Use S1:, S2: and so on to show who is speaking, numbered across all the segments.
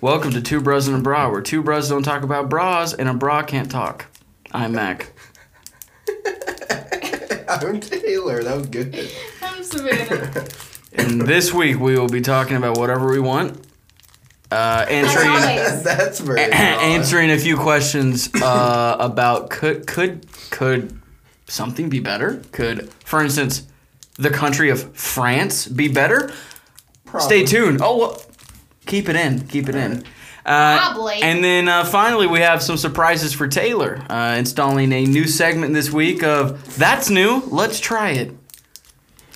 S1: Welcome to Two Bros and a Bra, where two bros don't talk about bras and a bra can't talk. I'm Mac.
S2: I'm Taylor. That was good.
S3: I'm Savannah.
S1: And this week we will be talking about whatever we want. Uh, answering
S3: always.
S2: That's very
S1: answering a few questions uh, about could could could something be better? Could, for instance, the country of France be better?
S2: Probably.
S1: Stay tuned. Oh, well, keep it in. Keep it in. Uh,
S3: Probably.
S1: And then uh, finally, we have some surprises for Taylor, uh, installing a new segment this week of "That's New, Let's Try It."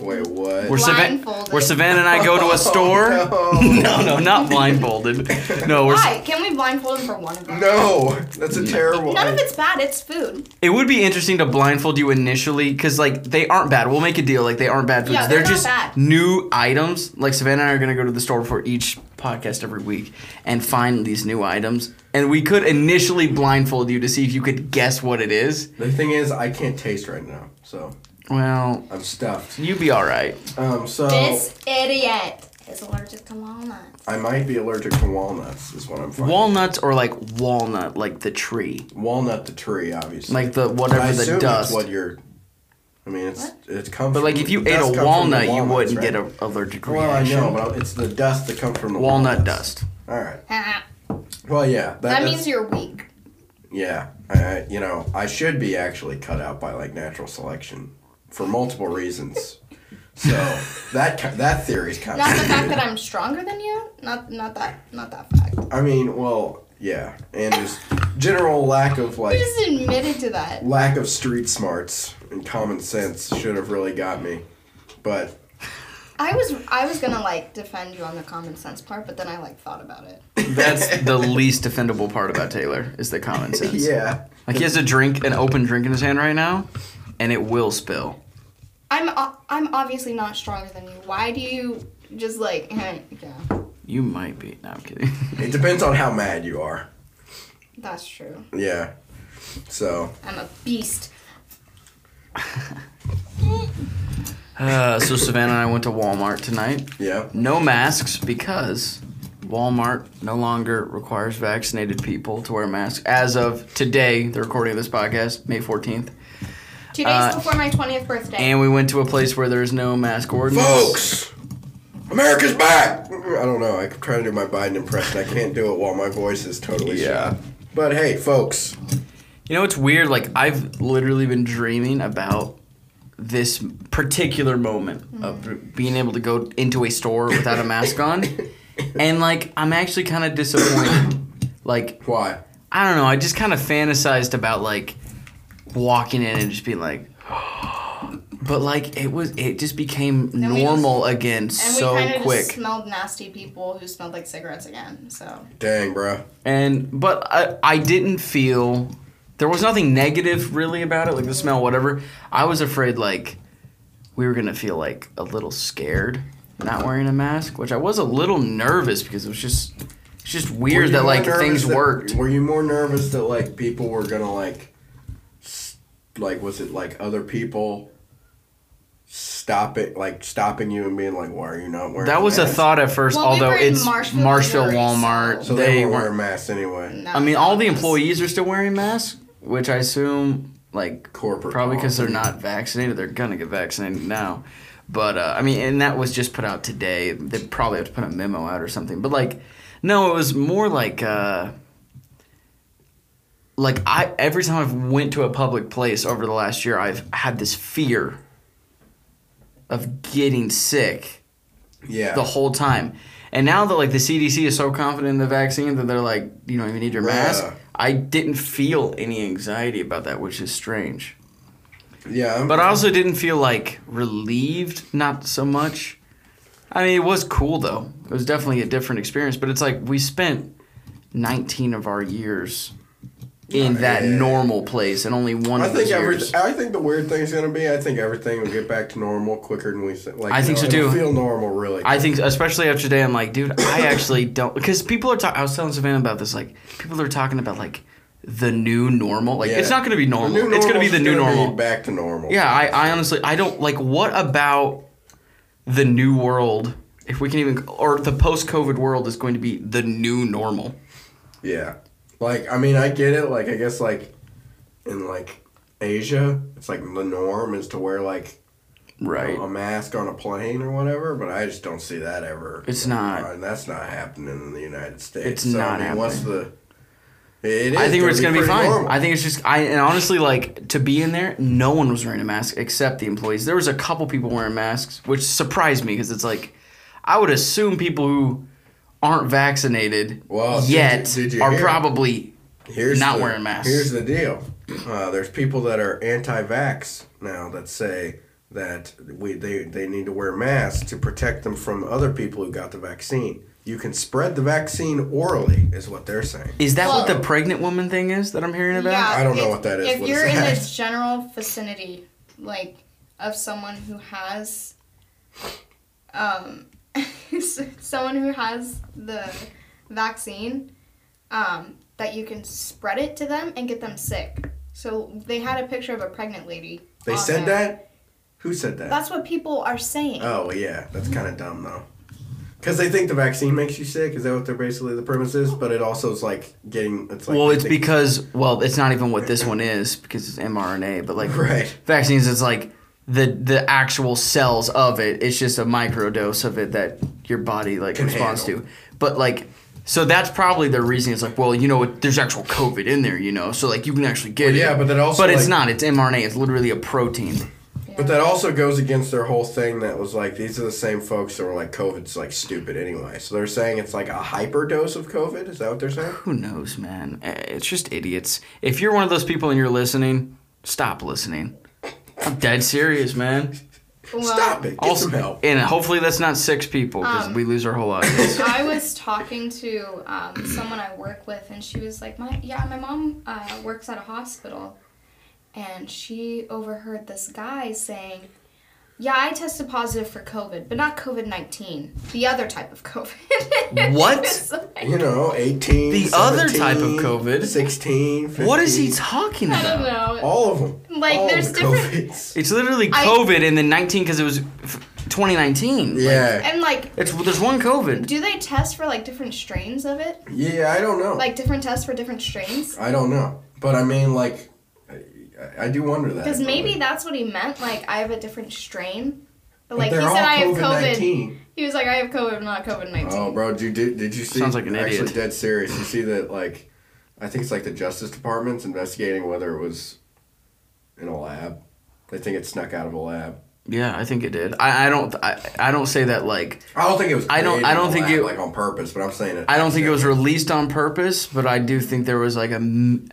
S2: Wait, what?
S1: Where, Savan-
S3: Blindfolded.
S1: where Savannah and I go to a store.
S2: Oh, no.
S1: no, no, not blindfolded. No, we're,
S3: Why? Can we blindfold him for one of them?
S2: no, that's a terrible.
S3: None of it's bad. It's food.
S1: it would be interesting to blindfold you initially because like they aren't bad. We'll make a deal like they aren't bad foods.
S3: Yeah,
S1: they're
S3: they're not
S1: just
S3: bad.
S1: new items. Like Savannah and I are gonna go to the store for each podcast every week and find these new items. And we could initially blindfold you to see if you could guess what it is.
S2: The thing is, I can't taste right now, so
S1: Well,
S2: I'm stuffed.
S1: you'd be all right.
S2: Um,
S1: Oh.
S2: so
S3: This idiot is allergic to walnuts.
S2: I might be allergic to walnuts. Is what I'm finding.
S1: Walnuts or like walnut, like the tree,
S2: Walnut the tree, obviously.
S1: like the
S2: I
S1: whatever
S2: assume
S1: the
S2: it's
S1: dust.
S2: what you're. I mean, it's
S3: What?
S2: it comes.
S1: But like
S2: from-
S1: if you
S2: the
S1: ate
S2: dust
S1: a
S2: comes from the
S1: walnut, you
S2: walnuts,
S1: wouldn't
S2: right?
S1: get an allergic
S2: Well, I
S1: reaction.
S2: know, but it's the dust that comes from the
S1: Walnut
S2: walnuts.
S1: dust.
S2: All right.
S3: that
S2: Well, yeah. that's-
S3: means you're weak.
S2: Yeah, I, I- you know, I should be actually cut out by like natural selection for multiple reasons. So that ki- that theory's kind
S3: Not the
S2: of.
S3: fact that I'm stronger than you. Not not that not that fact. You
S2: I mean, well, yeah, and just general lack of like
S3: just admitted to that.
S2: lack of street smarts and common sense should have really got me, but
S3: I was I was gonna like defend you on the common sense part, but then I like thought about it.
S1: That's the least defendable part about Taylor is the common sense.
S2: yeah,
S1: Like he has a drink, an open drink in his hand right now, and it will spill.
S3: I'm o- I'm obviously not stronger than you. Why do you just like yeah?
S1: You might be. No, I'm kidding.
S2: it depends on how mad you are.
S3: That's true.
S2: Yeah, so
S3: I'm a beast.
S1: Uh, so Savannah and I went to Walmart tonight.
S2: yeah,
S1: No masks because Walmart no longer requires vaccinated people to wear masks as of today, the recording of this podcast, May 14th.
S3: Two days
S1: Uh,
S3: before my twentieth birthday.
S1: And we went to a place where there's no mask ordinance.
S2: folks. America's back. I don't know. I am trying to do my Biden impression. I can't do it while my voice is totally shot.
S1: Yeah.
S2: But hey, folks.
S1: You know, it's weird. Like, I've literally been dreaming about this particular moment
S3: Mm-hmm.
S1: of being able to go into a store without a mask on. And, like, I'm actually kind of disappointed. like,
S2: Why?
S1: I don't know. I just kind of fantasized about, like, walking in and just being like, but, like, it was, it just became
S3: we just-
S1: normal again
S3: And
S1: so
S3: we kind of
S1: quick.
S3: just smelled nasty people who smelled like cigarettes again. So
S2: Dang, bro.
S1: and but I, I didn't feel there was nothing negative really about it like the smell whatever i was afraid like we were gonna feel like a little scared not wearing a mask which i was a little nervous because it was just it's just
S2: Were
S1: weird
S2: you
S1: that
S2: more
S1: like
S2: nervous
S1: things
S2: that-
S1: worked
S2: Were you more nervous that like people were gonna like, s- like was it like other people stop it like stopping you and being like, why are you not wearing?
S1: that was a
S2: mask?
S1: thought at first
S3: Well, we
S1: although
S3: were in
S1: it's marshville,
S3: Marshfield, Missouri,
S1: walmart
S2: So
S1: they,
S2: they, were
S1: weren't
S2: wearing masks anyway.
S3: no,
S1: i mean all the
S3: yes.
S1: employees are still wearing masks which i assume like
S2: Corporate.
S1: Probably because they're
S2: policy.
S1: not vaccinated. They're gonna get vaccinated now. But uh, I mean, and that was just put out today. They probably have to put a memo out or something. But like, no, it was more like, uh, like I every time I've went to a public place over the last year, I've had this fear of getting sick
S2: Yeah.
S1: the whole time. And now that like the CDC is so confident in the vaccine that they're like, you don't even need your mask.
S2: Yeah.
S1: I didn't feel any anxiety about that, which is strange.
S2: yeah. I'm-
S1: But I also didn't feel like relieved, not so much. I mean, it was cool though. It was definitely a different experience, but it's like we spent 19 of our years in
S2: Yeah,
S1: that
S2: yeah, yeah.
S1: normal place and only one
S2: I
S1: of those
S2: think every,
S1: years.
S2: I think the weird thing's gonna be I think everything will get back to normal quicker than we s- like.
S1: I
S2: you
S1: think
S2: know,
S1: so,
S2: it'll
S1: too.
S2: Feel normal really.
S1: I think, especially after today, I'm like, dude, I actually don't. Because people are talking. I was telling Savannah about this. Like, people are talking about like the new normal. Like, it's
S2: Yeah.
S1: not going to be
S2: The
S1: normal.
S2: new
S1: It's going to be
S2: normal's
S1: the new
S2: gonna be
S1: normal.
S2: Back to normal.
S1: Yeah, I, I honestly, I don't like. What about the new world if we can even, or the post-COVID world is going to be the new normal.
S2: Yeah. Like, I mean, I get it. Like, I guess, like, in, like, Asia, it's, like, the norm is to wear, like,
S1: Right.
S2: a mask on a plane or whatever, but I just don't see that ever.
S1: It's not.
S2: And that's not happening in the United States.
S1: It's
S2: So,
S1: not
S2: I mean, what's the. It is
S1: I think
S2: gonna
S1: it's going to be
S2: pretty
S1: fine.
S2: normal.
S1: I think it's just I and honestly like to be in there, no one was wearing a mask except the employees. There was a couple people wearing masks, which surprised me because it's like I would assume people who aren't vaccinated
S2: Well, Oh, did you-
S1: yet
S2: did you
S1: are
S2: hear?
S1: probably
S2: Here's
S1: not
S2: the-
S1: wearing masks.
S2: Here's the deal. Uh, there's people that are anti-vax now that say that we they, they need to wear masks to protect them from other people who got the vaccine. You can spread the vaccine orally, is what they're saying.
S1: Is that what
S3: Well-
S1: the pregnant woman thing is that I'm hearing about?
S3: Yeah,
S2: I don't know
S3: if-
S2: what that is.
S3: If
S2: What is
S3: you're in
S2: that?
S3: the general vicinity, like of someone who has, um, someone who has the vaccine, um, that you can spread it to them and get them sick. So they had a picture of a pregnant lady.
S2: They
S3: on
S2: said
S3: there.
S2: that. Who said that?
S3: That's what people are saying.
S2: oh well, yeah, that's kind of dumb though. Because they think the vaccine makes you sick. Is that what they're basically the premise is? But it also is like getting. It's like
S1: well, it's
S2: they-
S1: because well, it's not even what this one is because it's mRNA, but like
S2: Right.
S1: vaccines, it's like the the actual cells of it. It's just a microdose of it that your body like
S2: Can
S1: responds
S2: handle.
S1: to. But like, so that's probably the reason. It's like, well, you know, what, there's actual COVID in there, you know, so like you can actually get
S2: Well,
S1: it.
S2: yeah, but that also,
S1: But it's
S2: like-
S1: not. It's mRNA. It's literally a protein.
S2: But that also goes against their whole thing that was like these are the same folks that were like COVID's like stupid anyway. So they're saying it's like a hyper dose of COVID. Is that what they're saying?
S1: Who knows, man? Eh, It's just idiots. If you're one of those people and you're listening, stop listening. I'm dead serious, man.
S3: Well,
S2: Stop it. Get
S1: Also,
S2: some help.
S1: and hopefully that's not six people because
S3: Um,
S1: we lose our whole audience.
S3: I was talking to um, someone I work with, and she was like, "My yeah, my mom uh, works at a hospital, and she overheard this guy saying." Yeah, I tested positive for COVID, but not COVID 19. The other type of COVID.
S1: What?
S3: It's like-
S2: You know, 18.
S1: The other type of
S2: 17,
S1: COVID?
S2: 16. 15,
S1: what is he talking
S3: I
S1: about?
S3: don't know.
S2: All of them.
S3: Like,
S2: All
S3: there's
S2: the
S3: different-
S2: COVIDs.
S1: It's literally
S3: I-
S1: COVID and then 19 because it was f- 2019. Like,
S2: Yeah.
S3: And like,
S1: it's there's one COVID.
S3: do they test for like different strains of it?
S2: Yeah, I don't know.
S3: Like, different tests for different strains?
S2: I don't know. But I mean, like, I, I do wonder that.
S3: Because
S2: but,
S3: maybe
S2: like-
S3: that's what he meant. Like, I have a different strain. But
S2: but
S3: like, he
S2: they're
S3: said,
S2: all
S3: I have COVID.
S2: COVID-19.
S3: He was like, I have COVID, I'm not COVID 19.
S2: Oh, bro, did you did, did you see?
S1: Sounds like an
S2: actually
S1: idiot.
S2: dead serious. You see that like, I think it's like the Justice Department's investigating whether it was in a lab. They think it snuck out of a lab.
S1: Yeah, I think it did. I, I don't I, I don't say that like
S2: I don't think it was.
S1: I don't-
S2: created
S1: I don't
S2: in a
S1: think
S2: lab,
S1: it-
S2: like on purpose, but I'm saying it.
S1: I don't think it was released on purpose, but I do think there was like a m-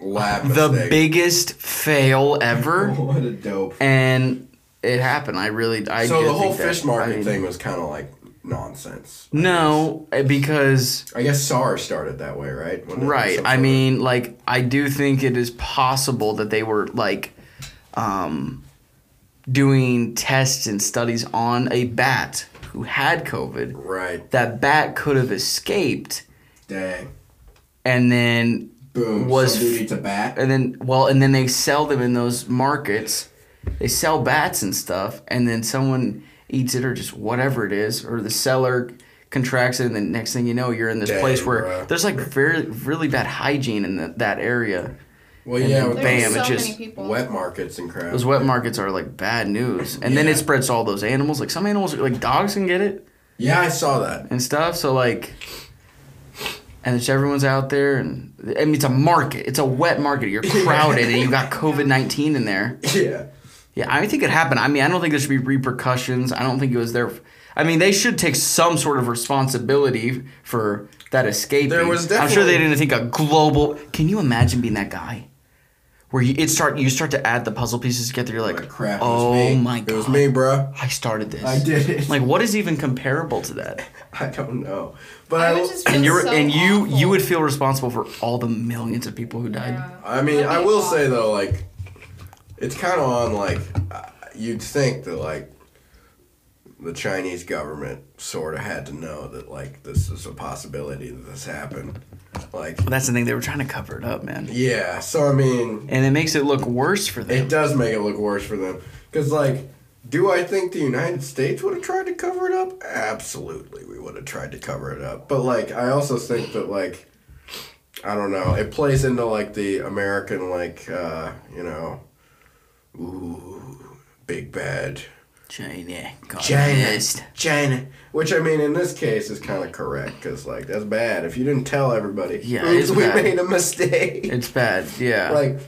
S2: lab.
S1: the
S2: mistake. Oh.
S1: biggest fail ever
S2: What a dope.
S1: and it happened. I really I
S2: so
S1: did
S2: the whole
S1: think that-
S2: fish market
S1: I mean-
S2: thing was kind of like nonsense. I
S1: No, eh, because
S2: guess. I guess SARS started that way, right? When there was
S1: Right.
S2: some
S1: I
S2: sort of-
S1: mean, like, I do think it is possible that they were like um, doing tests and studies on a bat who had COVID.
S2: Right.
S1: That bat could have escaped,
S2: Dang.
S1: and then
S2: Boom.
S1: Was
S2: some dude eats a bat.
S1: and then well, and then they sell them in those markets. They sell bats and stuff, and then someone eats it or just whatever it is, or the seller contracts it, and then next thing you know, you're in this
S2: Dang,
S1: place where
S2: bruh.
S1: there's like very really bad hygiene in the, that area.
S2: Well,
S1: and
S2: yeah.
S1: then
S2: with
S3: There's
S1: bam,
S3: so
S1: it just-
S3: many people.
S2: Wet markets and crap.
S1: Those wet markets are like bad news, and then
S2: Yeah.
S1: it spreads to all those animals. Like some animals, like dogs, can get it
S2: Yeah, I saw that.
S1: and stuff. So like, and it's everyone's out there, and I mean it's a market. It's a wet market. You're crowded, and you got COVID nineteen in there.
S2: Yeah.
S1: Yeah, I think it happened. I mean, I don't think there should be repercussions. I don't think it was their. I mean, they should take some sort of responsibility for that escape.
S2: There was
S1: I'm sure they
S2: definitely-
S1: didn't think a global. Can you imagine being that guy? Where you it start you start to add the puzzle pieces together, you're like,
S2: Like, crap, it was
S1: oh
S2: me.
S1: my
S2: It
S1: god,
S2: was me, bro.
S1: I started this.
S2: I did it.
S1: Like, what is even comparable to that?
S2: I don't know. But
S3: I
S2: I,
S3: would
S2: will-
S3: just feel
S1: And you're
S3: so
S1: and you
S3: awful.
S1: you would feel responsible for all the millions of people who died.
S3: Yeah.
S2: I mean,
S3: That'd
S2: I
S3: be
S2: will
S3: awful.
S2: say though, like, it's kind of on like uh, you'd think that like the Chinese government sort of had to know that like this is a possibility that this happened. Like,
S1: But that's the thing they were trying to cover it up, man.
S2: yeah. So I mean,
S1: And it makes it look worse for them.
S2: it does make it look worse for them because like Do I think the United States would have tried to cover it up? Absolutely, we would have tried to cover it up. But like, I also think that like, I don't know, it plays into like the American like, uh, you know, ooh, big bad
S1: China.
S2: China,
S1: communist.
S2: China. Which I mean, in this case, is kind of correct because like that's bad. If you didn't tell everybody,
S1: Yeah,
S2: "Oops,
S1: it's
S2: we
S1: bad."
S2: made a mistake.
S1: It's bad. Yeah.
S2: like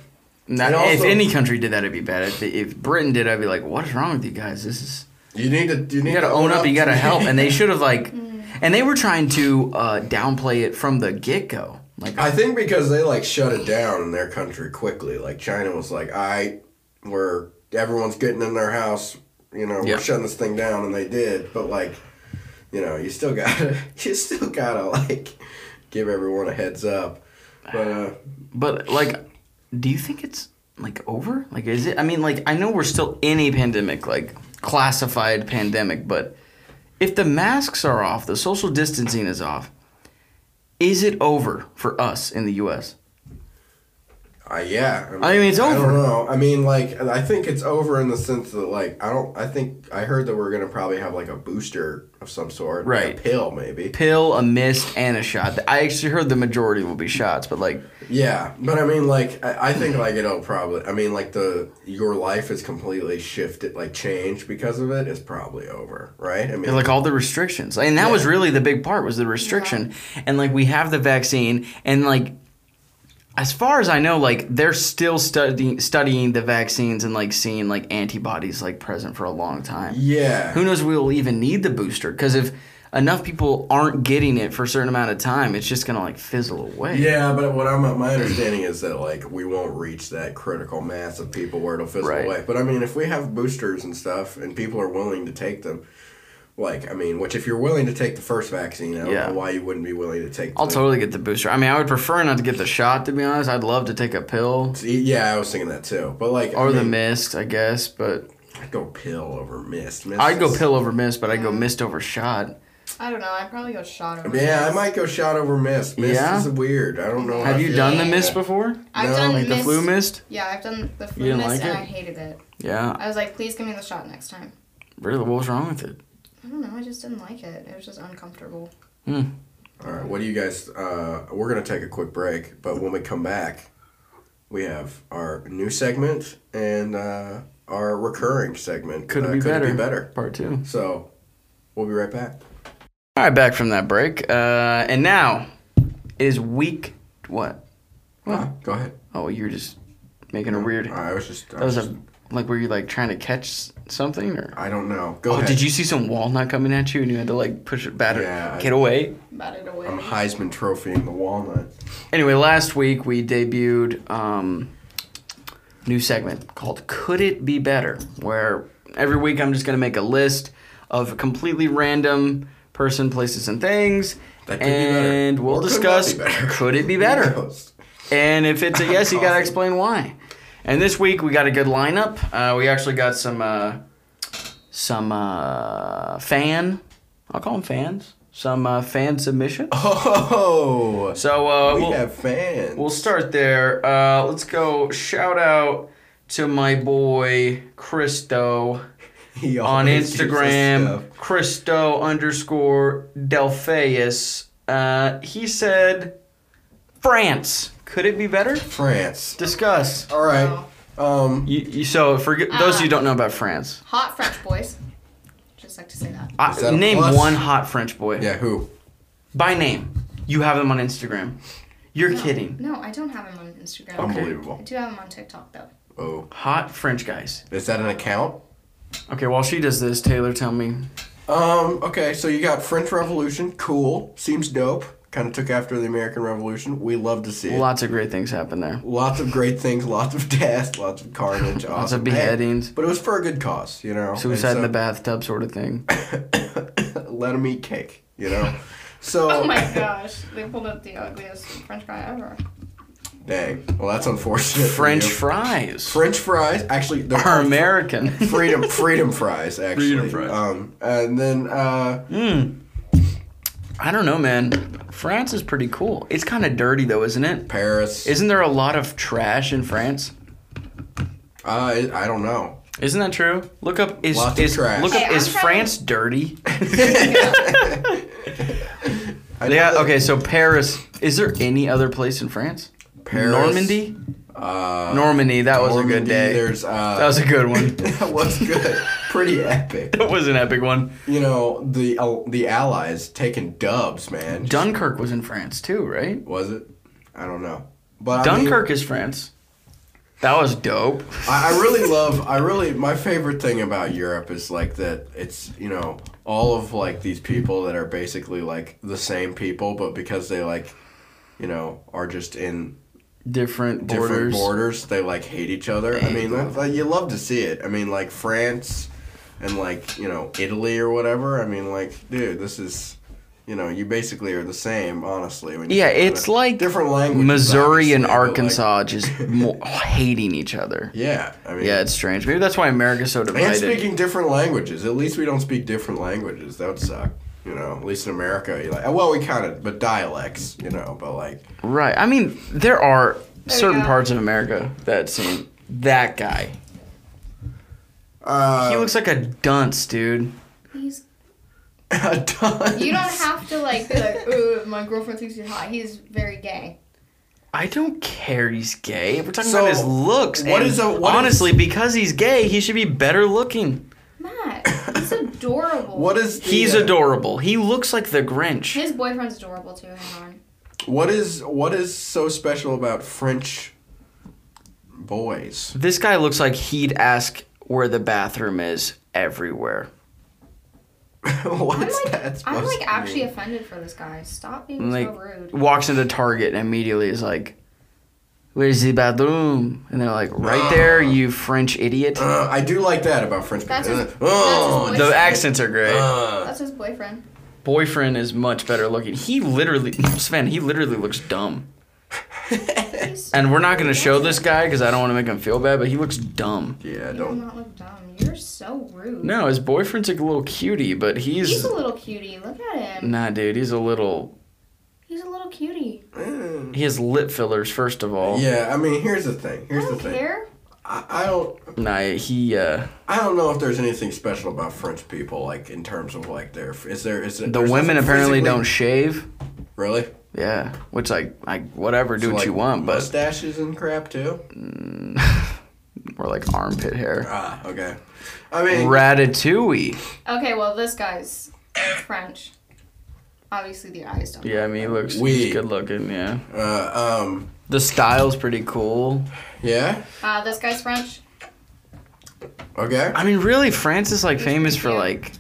S1: Not-
S2: and
S1: if
S2: also-
S1: any country did that, it'd be bad. If, if Britain did, I'd be like, "What is wrong with you guys? This is
S2: you need to you need
S1: you gotta
S2: to
S1: own up. You gotta help." And they should have like,
S3: Mm.
S1: and they were trying to uh, downplay it from the get go. Like,
S2: I think because they like shut it down in their country quickly. Like China was like, I, we're everyone's getting in their house. You know,
S1: Yeah.
S2: we're shutting this thing down, and they did. But like, you know, you still gotta you still gotta like give everyone a heads up. But uh,
S1: but like, do you think it's like over? Like, is it? I mean, like, I know we're still in a pandemic, like classified pandemic, but if the masks are off, the social distancing is off. Is it over for us in the U.S.?
S2: Uh, yeah.
S1: I mean, it's
S2: I
S1: over.
S2: don't know. I mean, like, I think it's over in the sense that, like, I don't. I think I heard that we're gonna probably have like a booster of some sort, like
S1: Right.
S2: a pill, maybe.
S1: Pill, a mist, and a shot. I actually heard the majority will be shots, but like,
S2: Yeah, but I mean, like, I, I
S1: Mm-hmm.
S2: think like it'll probably. I mean, like the your life is completely shifted, like changed because of it is probably over, right? I mean,
S1: And, like all the restrictions and that was
S2: Yeah.
S1: really the big part was the restriction and like we have the vaccine and like as far as i know like they're still studying studying the vaccines and like seeing like antibodies like present for a long time
S2: yeah,
S1: who knows if we'll even need the booster because if enough people aren't getting it for a certain amount of time it's just gonna like fizzle away
S2: yeah. But what I'm my understanding is that like we won't reach that critical mass of people where it'll fizzle
S1: Right.
S2: away. But I mean, if we have boosters and stuff, and people are willing to take them. Like I mean, which if you're willing to take the first vaccine, I don't
S1: Yeah.
S2: know why you wouldn't be willing to take.
S1: i'll
S2: the,
S1: totally get the booster i mean i would prefer not to get the shot to be honest i'd love to take a pill
S2: Yeah, I was thinking that too. But like,
S1: or
S2: I
S1: the
S2: mean,
S1: mist i guess but
S2: I'd go pill over mist. mist
S1: i'd go
S2: is-
S1: pill over mist but i'd go
S3: Yeah.
S1: mist over shot
S3: I don't know. I'd probably go shot over.
S2: Yeah, I
S3: this.
S2: might go shot over mist. Mist
S1: Yeah?
S2: is weird. I don't know.
S1: Have
S2: how
S1: you
S2: I
S1: done
S2: feel
S1: the
S2: about
S1: mist
S2: that.
S1: before?
S3: I've
S2: No,
S3: done
S1: Like the
S3: mist-
S1: flu mist?
S3: Yeah, I've done the flu
S1: didn't
S3: mist
S1: like
S3: and
S1: it?
S3: I hated it.
S1: Yeah.
S3: I was like, please give me the shot next time.
S1: Really? What was wrong with it?
S3: I don't know. I just didn't like it. It was just uncomfortable.
S1: Hmm.
S2: All right, what do you guys? Uh, we're gonna take a quick break, but when we come back, we have our new segment and uh, our recurring segment.
S1: Could it
S2: uh,
S1: be
S2: could
S1: better?
S2: It be better.
S1: Part two.
S2: So we'll be right back.
S1: All right, back from that break. Uh, and now it is week what?
S2: Ah, go ahead.
S1: Oh, you were just making a weird. That
S2: I was just. I
S1: was
S2: just-
S1: a like. Were you like trying to catch s- something or?
S2: I don't know. Go
S1: Oh,
S2: ahead.
S1: did you see some walnut coming at you and you had to like push it batter?
S2: Yeah, I-
S1: Get away.
S3: Batted away.
S2: I'm Heisman trophying the walnut.
S1: Anyway, last week we debuted um new segment called Could It Be Better? Where every week I'm just going to make a list of completely random person, places, and things.
S2: That could be better.
S1: and we'll
S2: Or could not
S1: discuss
S2: be better.
S1: could it be
S2: Who
S1: better?
S2: knows?
S1: and if it's a yes, you got to
S2: Coffee.
S1: explain why. And this week we got a good lineup. Uh, we actually got some uh, some uh, fan, I'll call them fans, some uh, fan submission.
S2: Oh,
S1: So uh,
S2: we
S1: we'll,
S2: have fans.
S1: We'll start there. Uh, let's go. Shout out to my boy Christo
S2: He
S1: on
S2: always gives us stuff.
S1: Instagram. Christo underscore Delpheus. Uh, he said, "France, could it be better?"
S2: France.
S1: Discuss.
S2: All right.
S3: Oh.
S2: Um,
S1: You, you, so for g- those of you who don't know about France,
S3: Hot French boys. Just like to say that.
S1: I,
S2: Is that a
S1: name
S2: plus?
S1: one hot French boy
S2: yeah, who?
S1: by name. You have him on Instagram. You're
S3: No.
S1: kidding.
S3: No, I don't have him on Instagram. I
S2: Unbelievable.
S3: do have him on TikTok though.
S2: Oh,
S1: Hot French guys.
S2: is that an account?
S1: Okay, while she does this, Taylor, tell me
S2: Um, okay, so you got French Revolution, cool, seems dope. Kind of took after the American Revolution. We love to see it.
S1: Lots of great things happen there.
S2: Lots of great things, lots of deaths, lots of carnage, awesome.
S1: Lots of
S2: Hey,
S1: beheadings.
S2: but it was for a good cause, you know.
S1: Suicide in the
S2: um,
S1: bathtub sort of thing.
S2: back. Let them eat cake, you know. So
S3: Oh my gosh, they pulled up the ugliest French guy ever.
S2: dang. Well, that's unfortunate. for
S1: French
S2: you.
S1: fries
S2: French fries. Actually, they're
S1: are American.
S2: freedom freedom fries.
S1: Freedom
S2: Actually,
S1: fries.
S2: Um, and then uh,
S1: Mm. I don't know, man. France is pretty cool. It's kind of dirty though, isn't it?
S2: Paris.
S1: Isn't there a lot of trash in France?
S2: Uh, I I don't know.
S1: Isn't that true? Look up is,
S2: Lots of
S1: is
S2: trash.
S1: look up
S3: Hey, I'm
S1: is
S3: trying-
S1: France dirty?
S2: I
S1: yeah.
S2: know that-
S1: Okay. So Paris. Is there any other place in France?
S2: Paris.
S1: Normandy.
S2: Uh,
S1: Normandy. That was a good
S2: Normandy,
S1: day.
S2: There's uh,
S1: that was a good one.
S2: that was good. Pretty epic.
S1: that was an epic one.
S2: You know the uh, the Allies taking dubs, man.
S1: Dunkirk was in France too, right?
S2: was it? I don't know. But I mean-
S1: Dunkirk is France. That was dope.
S2: I, I really love. I really my favorite thing about Europe is like that. It's you know all of like these people that are basically like the same people, but because they like, you know, are just in
S1: Different borders.
S2: different borders, they like hate each other. I mean, that, that- you love to see it. I mean, like France and like you know Italy or whatever. I mean, like dude, this is. You know, you basically are the same, honestly. When you
S1: Yeah,
S2: think about
S1: it's
S2: it.
S1: like
S2: different languages.
S1: Missouri and
S2: obviously, but, like,
S1: Arkansas just mo- hating each other.
S2: yeah, I mean,
S1: Yeah, it's strange. Maybe that's why America's so
S2: And
S1: divided.
S2: speaking different languages. At least we don't speak different languages. That would suck. You know, at least in America, you like well, we kind of, but dialects, you know, but like
S1: right. I mean, there are certain
S3: go.
S1: parts of America that seem that guy.
S2: uh,
S1: he looks like a dunce, dude.
S3: He's
S2: a dunce.
S3: you don't have to like be like, ooh, my girlfriend thinks you're hot. He's very gay.
S1: I don't care he's gay. We're talking
S2: So,
S1: about his looks.
S2: what
S1: and
S2: is a- what
S1: honestly, because he's gay, he should be better looking.
S3: Matt, he's adorable.
S2: What is the,
S1: He's
S2: uh,
S1: adorable. He looks like the Grinch.
S3: His boyfriend's adorable too. Hang on.
S2: What is what is so special about French boys?
S1: This guy looks like he'd ask where the bathroom is everywhere.
S3: I'm
S2: What's that
S3: like, I'm
S2: supposed
S3: like
S2: to
S3: actually
S2: mean?
S3: offended for this guy. Stop being
S1: And, like
S3: so rude.
S1: walks into Target and immediately is like, "Where's the bathroom?" And they're like, "Right there, you French idiot."
S2: Uh, I do like that about French
S3: That's
S2: boys.
S3: his-
S2: Uh,
S3: that's his
S1: Oh, The accents are great.
S2: uh,
S3: That's his boyfriend.
S1: Boyfriend is much better looking. He literally, Sven, he literally looks dumb.
S3: He's-
S1: And we're not gonna show this guy because I don't want to make him feel bad, but he looks dumb.
S2: yeah,
S3: You do
S2: don't.
S3: not look dumb. You're so rude.
S1: No, his boyfriend's like a little cutie, but he's,
S3: He's a little cutie. Look at him.
S1: nah, dude. He's a little.
S3: He's a little cutie.
S2: Uh,
S1: He has lip fillers, first of all.
S2: Yeah, I mean, here's the thing.
S3: I
S2: Here's the
S3: don't
S2: thing.
S3: care.
S2: I, I don't.
S1: Nah, he. uh
S2: I don't know if there's anything special about French people, like in terms of like their is there is it,
S1: The women apparently don't
S2: Sh-
S1: shave.
S2: really
S1: Yeah, which like I whatever, do
S2: So,
S1: what
S2: like,
S1: you want, but
S2: mustaches and crap too.
S1: or like armpit hair.
S2: Ah, okay. I mean,
S1: Ratatouille.
S3: Okay, well this guy's French. Obviously the eyes don't.
S1: Yeah, I mean he looks he's
S2: We-
S1: good looking. Yeah,
S2: uh, um,
S1: the style's pretty cool.
S2: yeah,
S3: Uh, this guy's French.
S2: okay.
S1: I mean, really, France is like famous for
S3: Yeah.
S1: like.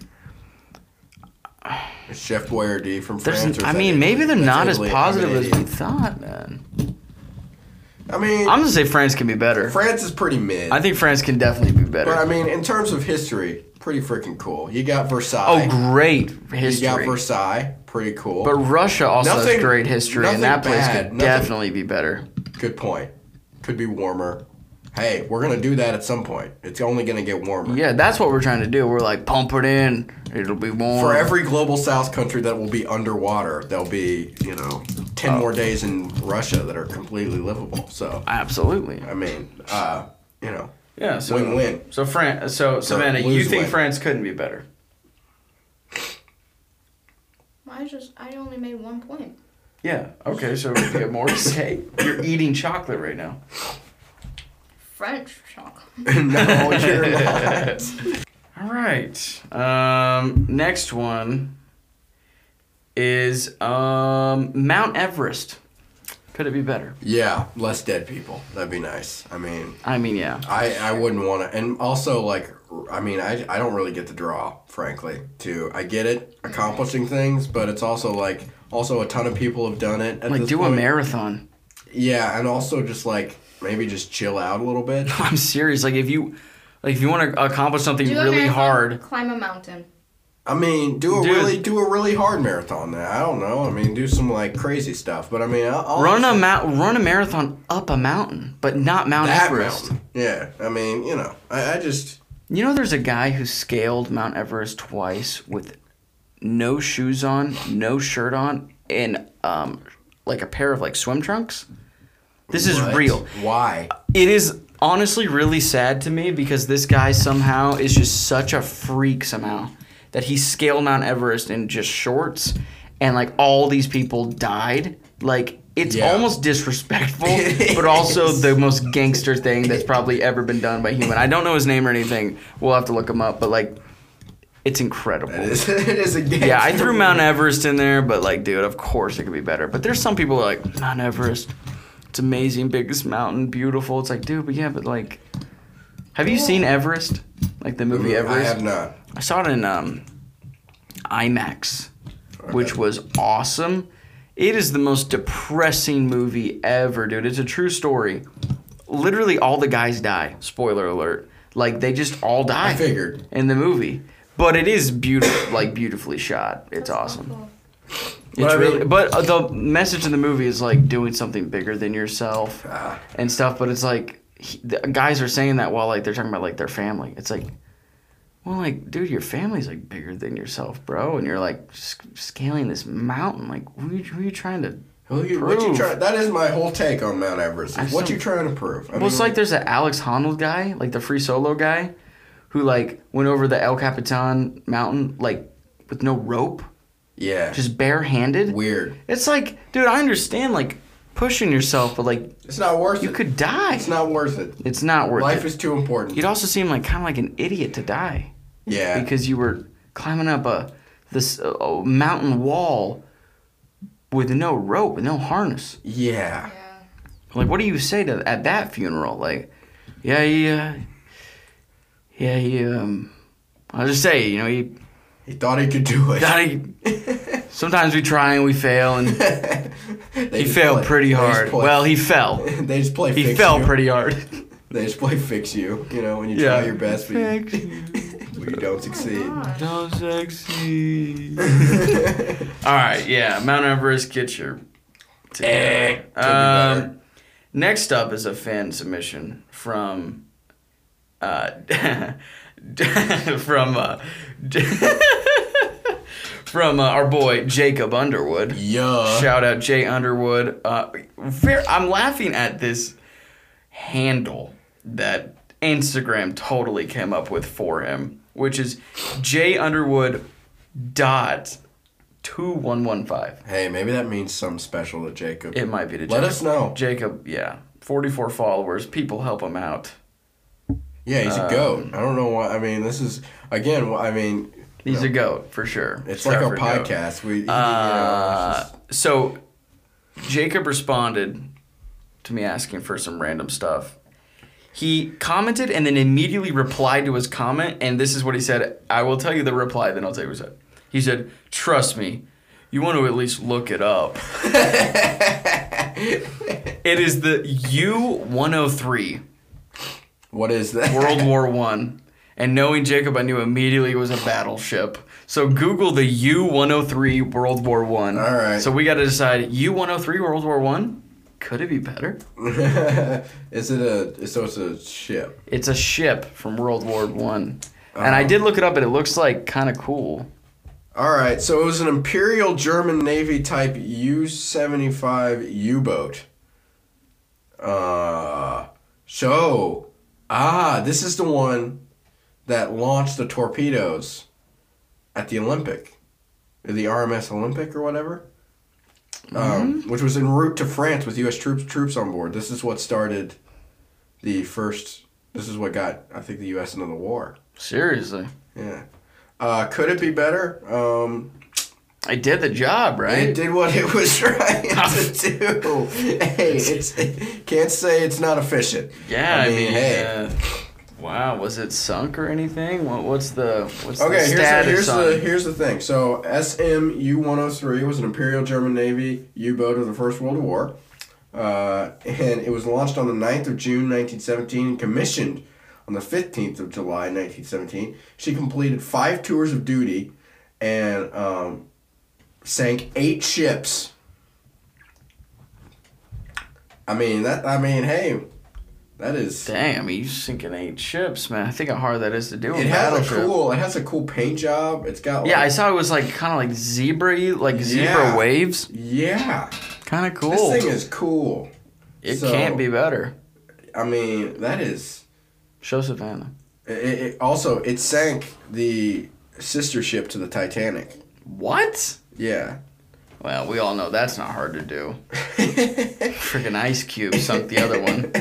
S2: Is Chef Boyardee from
S1: There's,
S2: France. or is
S1: I
S2: that
S1: mean, maybe
S2: Italy?
S1: they're
S2: That's
S1: not as
S2: Italy. I'm an
S1: positive as we
S2: idiot.
S1: thought, man.
S2: I mean,
S1: I'm gonna say France can be better.
S2: France is pretty mid.
S1: I think France can definitely be
S2: but I
S1: better.
S2: mean, in terms of history, pretty freaking cool. You got
S1: Oh,
S2: Versailles.
S1: great
S2: you got
S1: history.
S2: Versailles. Pretty cool.
S1: But Russia also has
S2: Nothing-
S1: great history, and
S2: nothing
S1: that place
S2: bad,
S1: could
S2: nothing-
S1: definitely be better.
S2: Good point. Could be warmer. Hey, we're gonna do that at some point. It's only gonna get warmer.
S1: Yeah, that's what we're trying to do. We're like, pump it in. It'll be warm.
S2: For every global south country that will be underwater, there'll be, you know, 10 more days in Russia that are completely livable. So,
S1: Absolutely.
S2: I mean, uh, you know,
S1: Yeah. So
S2: Win-win.
S1: So Fran, so Savannah, you
S2: lose
S1: think
S2: win.
S1: France couldn't be better?
S3: I just I only made one point.
S1: Yeah. Okay. So we have more to say. You're eating chocolate right now.
S3: French chocolate.
S2: no, you're not.
S1: All right. Um, next one is um, Mount Everest. Could it be better?
S2: Yeah, less dead people. That'd be nice. I mean,
S1: I mean, yeah.
S2: I, I wouldn't want to. And also, like, I mean, I, I don't really get the draw, frankly, to. I get it, accomplishing things, but it's also like, also a ton of people have done it. At
S1: Like
S2: this
S1: do a
S2: point.
S1: marathon.
S2: Yeah, and also just like maybe just chill out a little bit.
S1: I'm serious. Like if you, like if you want to accomplish something
S3: Do a
S1: really
S3: marathon,
S1: hard,
S3: Climb a mountain.
S2: I mean, do a
S1: Dude.
S2: really do a really hard marathon. Then I don't know. I mean, do some like crazy stuff. But I mean, I'll, I'll-
S1: run a mount, run a marathon up a mountain, but not Mount
S2: that
S1: Everest.
S2: mountain. Yeah, I mean, you know, I, I just
S1: You know, there's a guy who scaled Mount Everest twice with no shoes on, no shirt on, and um, like a pair of like swim trunks. This is
S2: What?
S1: real.
S2: Why?
S1: It is honestly really sad to me because this guy somehow is just such a freak somehow that he scaled Mount Everest in just shorts and like all these people died. Like it's
S4: Yeah.
S1: almost disrespectful,
S2: It
S1: but also
S2: is.
S1: the most gangster thing that's probably ever been done by human. I don't know his name or anything. We'll have to look him up, but like it's incredible.
S2: It is, it is a game.
S1: Yeah, I threw Mount Everest in there, but like, dude, of course it could be better. But there's some people who are like Mount Everest. It's amazing, biggest mountain, beautiful. It's like, dude, but yeah, but like, have you seen Everest? Like the movie
S2: Mm, I
S1: Everest?
S2: have not.
S1: I saw it in um, IMAX, which was awesome. It is the most depressing movie ever, dude. It's a true story. Literally, all the guys die. Spoiler alert. Like they just all die
S2: I figured.
S1: in the movie. But it is beautiful, like beautifully shot. It's awesome.
S3: awful.
S1: It's
S2: But I
S1: really,
S2: mean-
S1: but uh, the message in the movie is like doing something bigger than yourself
S2: Ah.
S1: and stuff. But it's like he, the guys are saying that while like they're talking about like their family. It's like, well, like dude, your family's like bigger than yourself, bro, and you're like sc- scaling this mountain. Like, who you, who you trying to?
S2: Who you, what you
S1: Prove.
S2: try, that is my whole take on Mount Everest.
S1: I
S2: Is what
S1: still-
S2: you trying to prove? I
S1: Well, it's
S2: mean,
S1: like there's an Alex Honnold guy, like the free solo guy, who like went over the El Capitan mountain like with no rope.
S2: yeah, just
S1: just barehanded.
S2: weird.
S1: It's like, dude, I understand like pushing yourself, but like
S2: It's not worth
S1: you
S2: it.
S1: could die.
S2: It's not worth it.
S1: It's not worth it.
S2: Life is too important.
S1: You'd also seem like kind of like an idiot to die
S2: yeah,
S1: because you were climbing up a this uh, uh, mountain wall with no rope, with no harness.
S2: yeah.
S3: Yeah.
S1: Like, what do you say to at that funeral? Like, yeah, he, uh, yeah, he. Um, I'll just say, you know, he
S2: He thought he could do it.
S1: Daddy, sometimes we try and we fail, and
S2: They
S1: he
S2: just
S1: failed
S2: play-
S1: pretty
S2: they just
S1: hard.
S2: play-
S1: Well, he fell.
S2: they just play.
S1: He
S2: fix
S1: fell
S2: you.
S1: pretty hard.
S2: They just play fix you. You know when you
S1: Yeah.
S2: try your best, but you,
S1: Fix you. Oh
S2: but you don't succeed.
S3: Oh gosh.
S1: No sexy. All right, yeah, Mount Everest, get your.
S2: Eh,
S1: together.
S2: could be better.
S1: Um, next up is a fan submission from. Uh, from uh, from uh, our boy Jacob Underwood.
S2: yeah.
S1: Shout out Jay Underwood. Uh, ver- I'm laughing at this handle that Instagram totally came up with for him, which is Jay Underwood dot two one one five.
S2: Hey, maybe that means something special to Jacob.
S1: It might be to
S2: Let
S1: Jacob.
S2: us know.
S1: Jacob, yeah, forty four followers. People help him out.
S2: Yeah, he's
S1: Uh,
S2: a goat. I don't know why. I mean, this is again. wh- I mean,
S1: He's
S2: No.
S1: a goat for sure.
S2: it's
S1: Shout
S2: like
S1: out
S2: our
S1: for goat.
S2: podcast. We, you know, it's
S1: Uh,
S2: just-
S1: so Jacob responded to me asking for some random stuff. He commented and then immediately replied to his comment, and this is what he said. I will tell you the reply, then I'll tell you what he said. He said, Trust me, you want to at least look it up. it is the U 103.
S2: what is that?
S1: World War One. And knowing Jacob, I knew immediately it was a battleship. So Google the U one hundred three World War One.
S2: All right.
S1: So we got to decide U one hundred three World War One. Could it be better?
S2: is it a? So it's a ship.
S1: It's a ship from World War One, and I did look it up, and it looks like kind of cool.
S2: All right, so it was an Imperial German Navy type U seventy five U boat. Uh, so ah, this is the one that launched the torpedoes at the Olympic, the RMS Olympic or whatever, um, which was en route to France with U.S. troops troops on board. This is what started the first. This is what got I think the U.S. into the war.
S1: Seriously,
S2: Yeah. Uh, could it be better? Um,
S1: I did the job
S2: it
S1: right.
S2: did what it was trying to do. hey, it's can't say it's not efficient.
S1: Yeah, I mean, uh, wow, was it sunk or anything? What, what's the what's the
S2: Okay, here's the,
S1: status
S2: here's
S1: on
S2: the here's the thing. So SMU 103 was an Imperial German Navy U-boat of the First World War, uh, and it was launched on the 9th of June 1917 and commissioned on the 15th of July 1917. She completed five tours of duty, and um, sank eight ships. I mean that. I mean, hey, that is.
S1: Dang, I mean, you're sinking eight ships, man. I think how hard that is to do.
S2: It has a cool. It has a cool paint job. It's got.
S1: Yeah, I
S2: like-
S1: saw it was like kind of like zebra, like zebra
S2: Oh, Yeah.
S1: waves.
S2: Yeah.
S1: Kind of
S2: This
S1: cool.
S2: thing is cool.
S1: it
S2: so-
S1: can't be better.
S2: I mean, that is.
S1: Show Savannah.
S2: It, it, it- also, it sank the sister ship to the Titanic.
S1: What?
S2: Yeah.
S1: Well, we all know that's not hard to do. Freaking Ice Cube sunk the other one.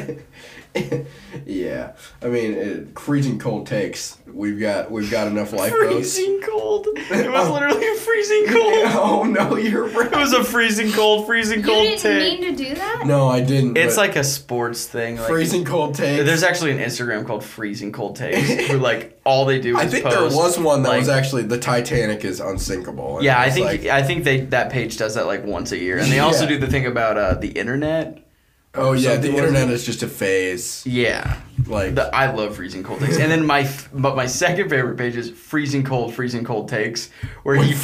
S2: yeah. I mean, it, freezing cold takes. We've got we've got enough lifeboats.
S1: Freezing cold. It was literally freezing cold.
S2: oh no, you're
S1: It
S2: right.
S1: was a freezing cold, freezing
S3: You
S1: cold
S3: didn't
S1: take.
S3: mean to do that?
S2: No, I didn't.
S1: It's
S2: but
S1: like a sports thing. Like,
S2: freezing cold takes.
S1: There's actually an Instagram called Freezing Cold Takes, where like all they do is
S2: I think
S1: post,
S2: there was one that
S1: like,
S2: was actually the Titanic is unsinkable. and
S1: Yeah, I
S2: it's
S1: think
S2: like,
S1: I think they that page does that like once a year, and they also
S2: Yeah.
S1: do the thing about uh, the internet.
S2: oh yeah,
S1: something
S2: the
S1: was
S2: internet is just a phase.
S1: Yeah,
S2: Like
S1: the, I love freezing cold takes. And then my f- but my second favorite page is freezing cold, freezing cold takes, where he
S2: With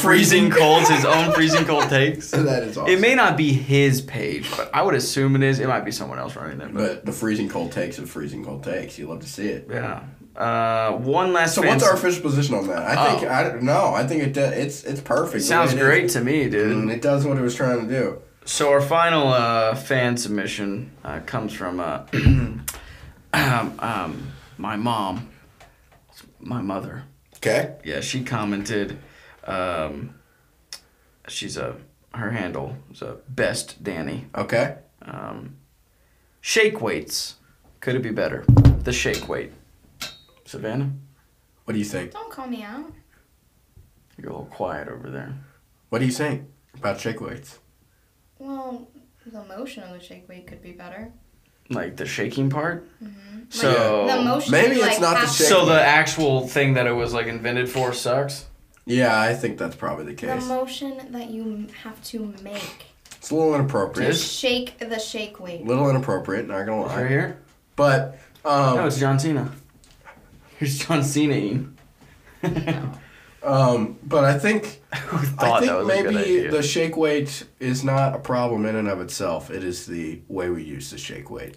S1: freezing
S2: freezing-
S1: colds his own freezing cold takes.
S2: that is awesome.
S1: It may not be his page, but I would assume it is. It might be someone else running it, but,
S2: but the freezing cold takes is freezing cold takes. You love to see it.
S1: yeah. Uh, one last.
S2: So what's
S1: fancy-
S2: our official position on that? I think
S1: Oh.
S2: I no, I think it does, it's it's perfect. the way
S1: Sounds
S2: it is.
S1: great to me,
S2: And
S1: dude.
S2: it does what it was trying to do.
S1: So our final uh, fan submission uh, comes from uh, um, um, my mom, my mother.
S2: Okay.
S1: yeah, she commented. Um, she's a her handle is a best Danny.
S2: Okay.
S1: Um, shake weights. Could it be better? The shake weight. Savannah,
S2: What do you think?
S3: Don't call me out.
S1: you're a little quiet over there.
S2: What do you think about shake weights?
S3: Well, the motion of the shake weight could be better. Mm-hmm.
S1: Like the shaking part.
S3: Like,
S1: So
S3: the motion.
S2: Maybe
S3: like,
S2: it's not the
S3: half-
S2: shake-
S1: so the actual thing that it was like invented for sucks.
S2: Yeah, I think that's probably the
S3: The
S2: case.
S3: motion that you have to make.
S2: It's a little
S3: To
S2: inappropriate.
S1: Yes.
S3: shake the shake weight.
S2: little inappropriate, not gonna
S1: Right
S2: lie.
S1: here.
S2: But
S1: No,
S2: um,
S1: it's John Cena. Oh. Here's John Cena. eating.
S2: um, but I think
S1: Who
S2: I
S1: thought that
S2: think
S1: was a good
S2: maybe
S1: idea?
S2: the shake weight is not a problem in and of itself. It is the way we use the shake weight.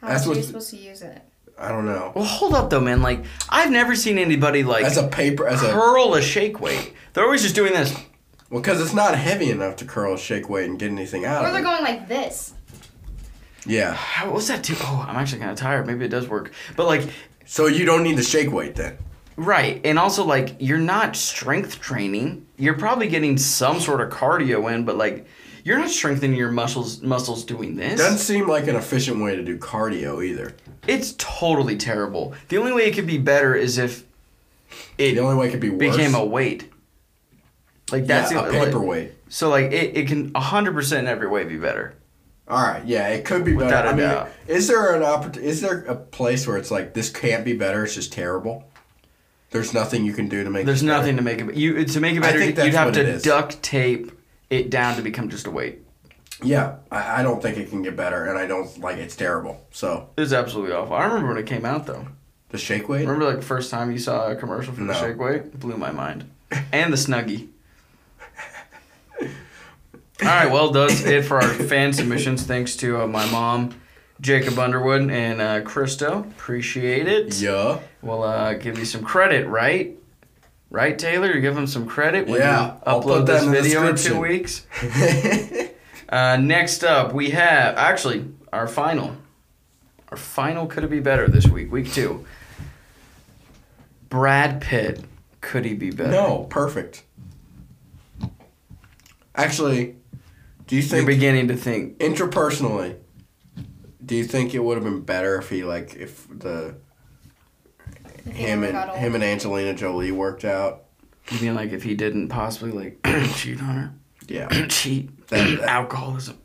S3: How
S2: That's
S3: else are you
S2: what-
S3: supposed to use it?
S2: I don't know.
S1: well, hold up though, man. Like I've never seen anybody like
S2: As a paper, as a
S1: curl a shake weight. They're always just doing this.
S2: well, because it's not heavy enough to curl a shake weight and get anything out
S3: Or
S2: of
S3: they're
S2: it.
S3: going like this.
S2: yeah.
S1: How was that too? Oh, I'm actually kind of tired. Maybe it does work. But like,
S2: So you don't need the shake weight then.
S1: right, and also like, you're not strength training. You're probably getting some sort of cardio in, but like, you're not strengthening your muscles. Muscles doing this.
S2: Doesn't seem like an efficient way to do cardio either.
S1: It's totally terrible. The only way it could be better is if
S2: The
S1: it
S2: only way it could be worse.
S1: became a weight. Like that's
S2: yeah,
S1: the
S2: a
S1: only-
S2: paperweight.
S1: So like, it, it can 100 percent in every way be better.
S2: All right, yeah, it could be better.
S1: Without a
S2: I mean,
S1: doubt.
S2: is there an oppor- Is there a place where it's like this can't be better? It's just terrible. There's nothing you can do to make.
S1: There's
S2: this better?
S1: nothing to make it. You to make it
S2: I
S1: better,
S2: think that's
S1: you'd have
S2: what it
S1: to
S2: is.
S1: duct tape it down to become just a weight.
S2: Yeah, I, I don't think it can get better, and I don't like it's terrible. So
S1: It was absolutely awful. I remember when it came out though.
S2: the shake weight.
S1: Remember like first time you saw a commercial for
S2: No.
S1: the Shake Weight? Blew my mind. And the Snuggie. All right, well, that's it for our fan submissions. Thanks to uh, my mom, Jacob Underwood, and uh, Christo. Appreciate it.
S2: Yeah.
S1: We'll uh, give you some credit, right? Right, Taylor? You give them some credit when
S2: Yeah,
S1: you
S2: I'll put
S1: upload
S2: that
S1: this
S2: in the
S1: video in two
S2: description.
S1: weeks. Uh, next up, we have actually our final. Our final could it be better this week, week two. Brad Pitt, could he be better?
S2: no, perfect. Actually, do you
S1: You're
S2: think
S1: beginning to think.
S2: interpersonally? Do you think it would have been better if he like if the
S3: If they
S2: him
S3: ever
S2: and
S3: got old.
S2: him and Angelina Jolie worked out?
S1: You mean like if he didn't possibly like cheat on
S2: Yeah,
S1: her, cheat,
S2: That- that-
S1: alcoholism.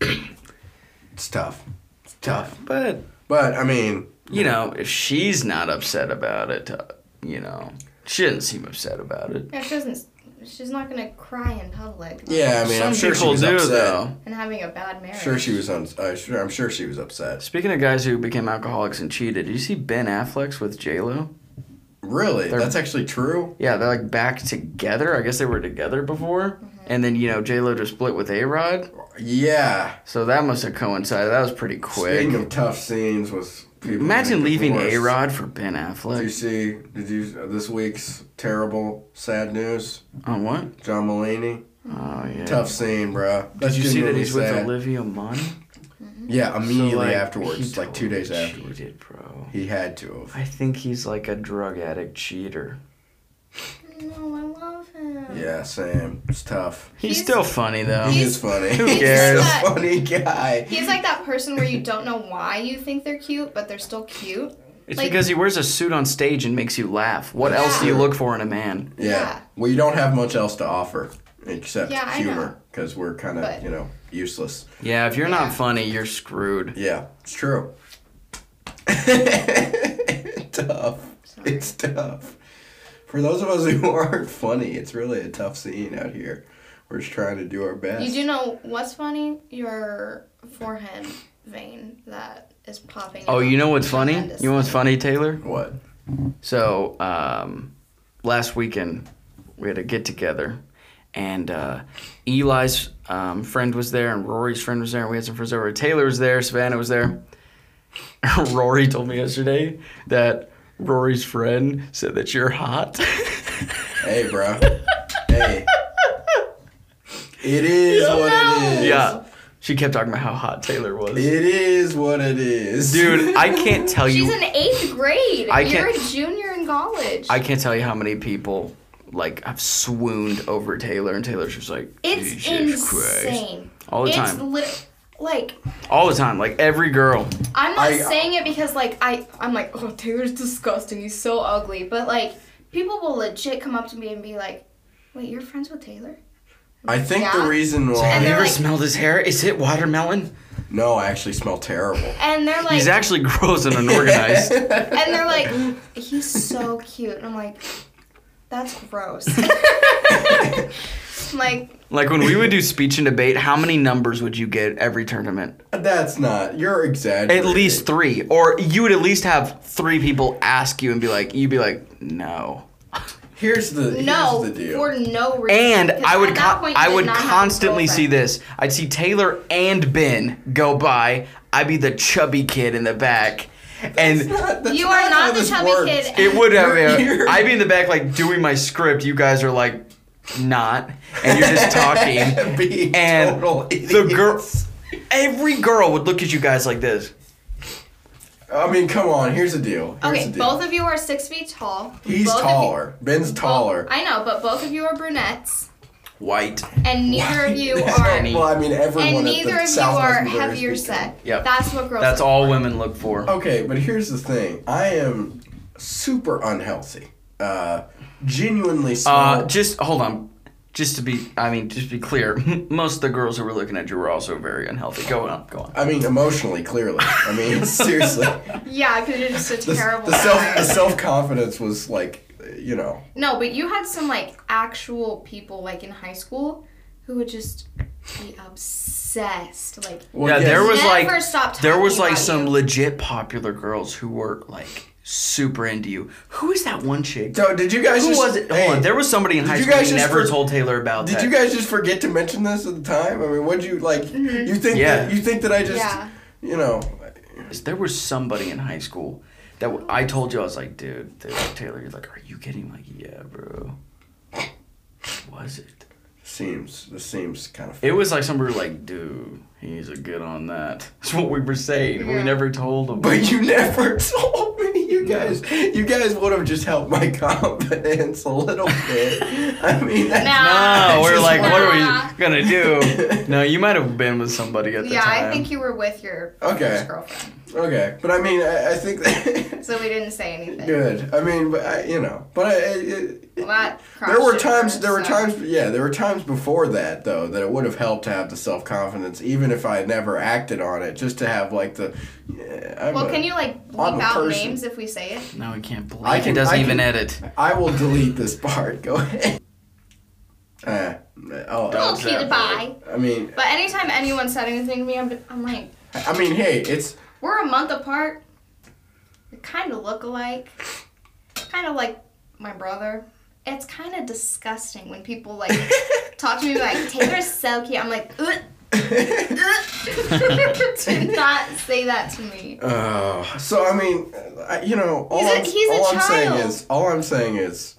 S2: it's tough. It's tough.
S1: but
S2: But I mean,
S1: you know, if she's not upset about it, uh, you know, she doesn't seem upset about it.
S3: Yeah, she doesn't. She's not gonna cry in public.
S2: yeah, I mean, I'm sure she was upset.
S3: And having a bad marriage.
S2: Sure, she was. Un- uh, sure, I'm sure she was upset.
S1: Speaking of guys who became alcoholics and cheated, did you see Ben Affleck's with J Lo?
S2: Really,
S1: They're-
S2: that's actually true.
S1: Yeah, they're like back together. I guess they were together before, and then you know J Lo just split with A Rod,
S2: Yeah.
S1: so that must have coincided. That was pretty quick.
S2: Speaking of tough scenes with people.
S1: Imagine
S2: getting
S1: leaving
S2: divorced.
S1: A Rod for Ben
S2: Did you
S1: Affleck
S2: see? Did you this week's terrible sad news?
S1: on what?
S2: John Mulaney.
S1: Oh yeah.
S2: Tough scene, bro.
S1: Did
S2: That's
S1: you see that
S2: genuinely
S1: he's with
S2: sad.
S1: Olivia Munn?
S2: Yeah, immediately
S1: So, like,
S2: afterwards,
S1: he
S2: like two
S1: totally
S2: days afterwards.
S1: cheated, bro.
S2: He had to have.
S1: I think he's like a drug addict cheater.
S3: No, I love him.
S2: Yeah, Sam. It's tough.
S1: He's,
S3: He's-
S1: still funny though.
S2: He
S3: He's-
S2: is funny.
S1: Who cares?
S2: He's a funny guy.
S3: He's like that person where you don't know why you think they're cute, but they're still cute.
S1: it's
S3: like-
S1: because he wears a suit on stage and makes you laugh. What else do you
S2: Yeah.
S1: look for in a man?
S2: Yeah.
S3: Yeah.
S2: Well, you don't have much else to offer except
S3: Yeah, I
S2: humor because we're kind of,
S3: But-
S2: you know, useless.
S1: Yeah, if you're
S3: Yeah.
S1: not funny, you're screwed.
S2: Yeah, it's true. tough.
S3: Sorry.
S2: It's tough. For those of us who aren't funny, it's really a tough scene out here. We're just trying to do our best.
S3: You do know what's funny? Your forehead vein that is popping.
S1: Oh,
S3: out
S1: you know what's funny?
S3: tremendously.
S1: You know what's funny, Taylor?
S2: what?
S1: So um, last weekend we had a get together, and uh, Eli's um, friend was there, and Rory's friend was there, and we had some friends over. Taylor was there, Savannah was there. Rory told me yesterday that Rory's friend said that you're hot.
S2: Hey, bro. hey. It is what it is.
S1: yeah, she kept talking about how hot Taylor was.
S2: It is what it is.
S1: Dude, I can't tell
S3: She's
S1: you.
S3: in eighth grade.
S1: I
S3: You're
S1: can't-
S3: a junior in college.
S1: I can't tell you how many people like have swooned over Taylor, and Taylor's just like,
S3: it's
S1: Jesus Christ."
S3: insane.
S1: All the
S3: it's
S1: time.
S3: lit- like
S1: All the time, like every girl.
S3: I'm not
S2: I-
S1: uh,
S3: saying it because like I I'm like oh Taylor's disgusting. He's so ugly. But like people will legit come up to me and be like, wait, you're friends with Taylor?
S2: I think the
S3: Yeah.
S2: reason
S1: Have
S2: why.
S3: And
S1: you
S3: they're
S1: ever
S3: like-
S1: smelled his hair? Is it watermelon?
S2: No, I actually smell terrible.
S3: And they're like,
S1: He's actually gross and unorganized.
S3: and they're like, he's so cute. And I'm like, that's gross. like
S1: like when we would do speech and debate, how many numbers would you get every tournament?
S2: That's not. You're
S1: At
S2: exaggerating.
S1: least three, or you would at least have three people ask you and be like, you'd be like, no.
S2: Here's the here's
S3: no,
S2: the deal.
S3: for no reason.
S1: And
S3: 'Cause
S1: I would
S3: at that
S1: con-
S3: point, you
S1: I
S3: did
S1: would
S3: not have a
S1: constantly see
S3: girlfriend.
S1: this. I'd see Taylor and Ben go by. I'd be the chubby kid in the back, and
S2: That's
S3: You are
S2: how
S3: not the
S2: this
S3: chubby
S2: works.
S3: kid.
S1: It would have.
S2: You're-
S1: yeah.
S2: you're-
S1: I'd be in the back, like doing my script. You guys are like, not, and you're just talking.
S2: Being
S1: and
S2: total
S1: the girl,
S2: idiots.
S1: every girl would look at you guys like this.
S2: I mean, come on. Here's the deal. Here's
S3: Okay,
S2: the deal.
S3: both of you are six feet tall.
S2: He's
S3: Both of you-
S2: taller. Ben's taller.
S3: I know, but both of you are brunettes,
S1: White.
S3: and neither of you are.
S1: Any-
S2: well, I mean, everyone.
S3: And
S2: at the
S3: neither of you
S2: South
S3: are
S2: Missouri is
S3: heavier
S2: becoming-
S3: set.
S1: Yep.
S3: That's what girls.
S1: That's all women look for.
S2: Okay, but here's the thing. I am super unhealthy. Uh, genuinely small.
S1: Uh, just hold on. Just to be, I mean, just to be clear, most of the girls who were looking at you were also very unhealthy. Go on, go on.
S2: I mean, emotionally, clearly. I mean, seriously.
S3: Yeah, because you're just a
S2: The,
S3: terrible.
S2: the self the
S3: guy.
S2: self confidence was like, you know,
S3: No, but you had some like actual people like in high school who would just be obsessed. Like
S2: well,
S1: yeah,
S2: yes,
S1: there was
S3: Never
S1: like,
S3: stop
S1: there was
S3: talking
S1: like
S3: about
S1: some
S3: you.
S1: legit popular girls who were like super into you. Who is that one chick?
S2: So did you guys?
S1: Who
S2: just,
S1: was it? Hold
S2: hey,
S1: on, there was somebody in
S2: did
S1: high
S2: you
S1: school
S2: guys
S1: who
S2: just
S1: never
S2: for-
S1: told Taylor about
S2: Did
S1: that.
S2: you guys just forget to mention this at the time? I mean, what'd you like? You think?
S1: Yeah.
S2: That, you think that I just?
S3: Mm-hmm. Yeah.
S2: You know.
S1: there was somebody in high school that w- I told you I was like, dude, they're like, Taylor, you're like, are you kidding? I'm like, yeah, bro. Was it?
S2: Seems. This seems kind of.
S1: It was like somebody were like, dude, he's a good on that. That's what we were saying. We
S3: Yeah.
S1: never told him.
S2: But you never told me. You
S1: No.
S2: guys. You guys would have just helped my confidence a little bit. I mean. That's,
S3: Nah.
S1: no,
S2: It's
S1: we're
S2: just
S1: like, what are
S3: nah.
S1: we gonna do? no, you might have been with somebody at the
S3: yeah,
S1: time.
S3: I think you were with your
S2: Okay.
S3: first girlfriend,
S2: Okay, but I mean, I, I think that.
S3: so we didn't say anything.
S2: Good. I mean, but I, you know, but I, it, it-
S3: Well, that
S2: there were
S3: crushed it
S2: times.
S3: first,
S2: There were
S3: so-
S2: times. Yeah, there were times before that though that it would have helped to have the self confidence, even if I had never acted on it, just to have like the. Yeah, I'm
S3: Well,
S2: a-
S3: can you like
S2: I'm
S3: bleep
S2: a
S3: out
S2: person.
S3: names if we say it?
S1: no, I can't believe
S2: I
S1: it
S2: can-
S1: doesn't
S2: I
S1: even
S2: can-
S1: edit.
S2: I will delete this part. Go ahead. Uh, oh,
S1: Don't.
S3: Little
S1: Exactly.
S3: PewDiePie.
S2: I mean,
S3: But anytime anyone said anything to me, I'm, I'm like,
S2: I mean, hey, it's
S3: we're a month apart. We kind of look alike. Kind of like my brother. It's kind of disgusting when people like talk to me like Taylor's so cute. I'm like, ugh, ugh. do not say that to me.
S2: Uh, so I mean, I, you know, all
S3: He's a-
S2: I'm,
S3: he's a
S2: all I'm
S3: child.
S2: saying is, all I'm saying is,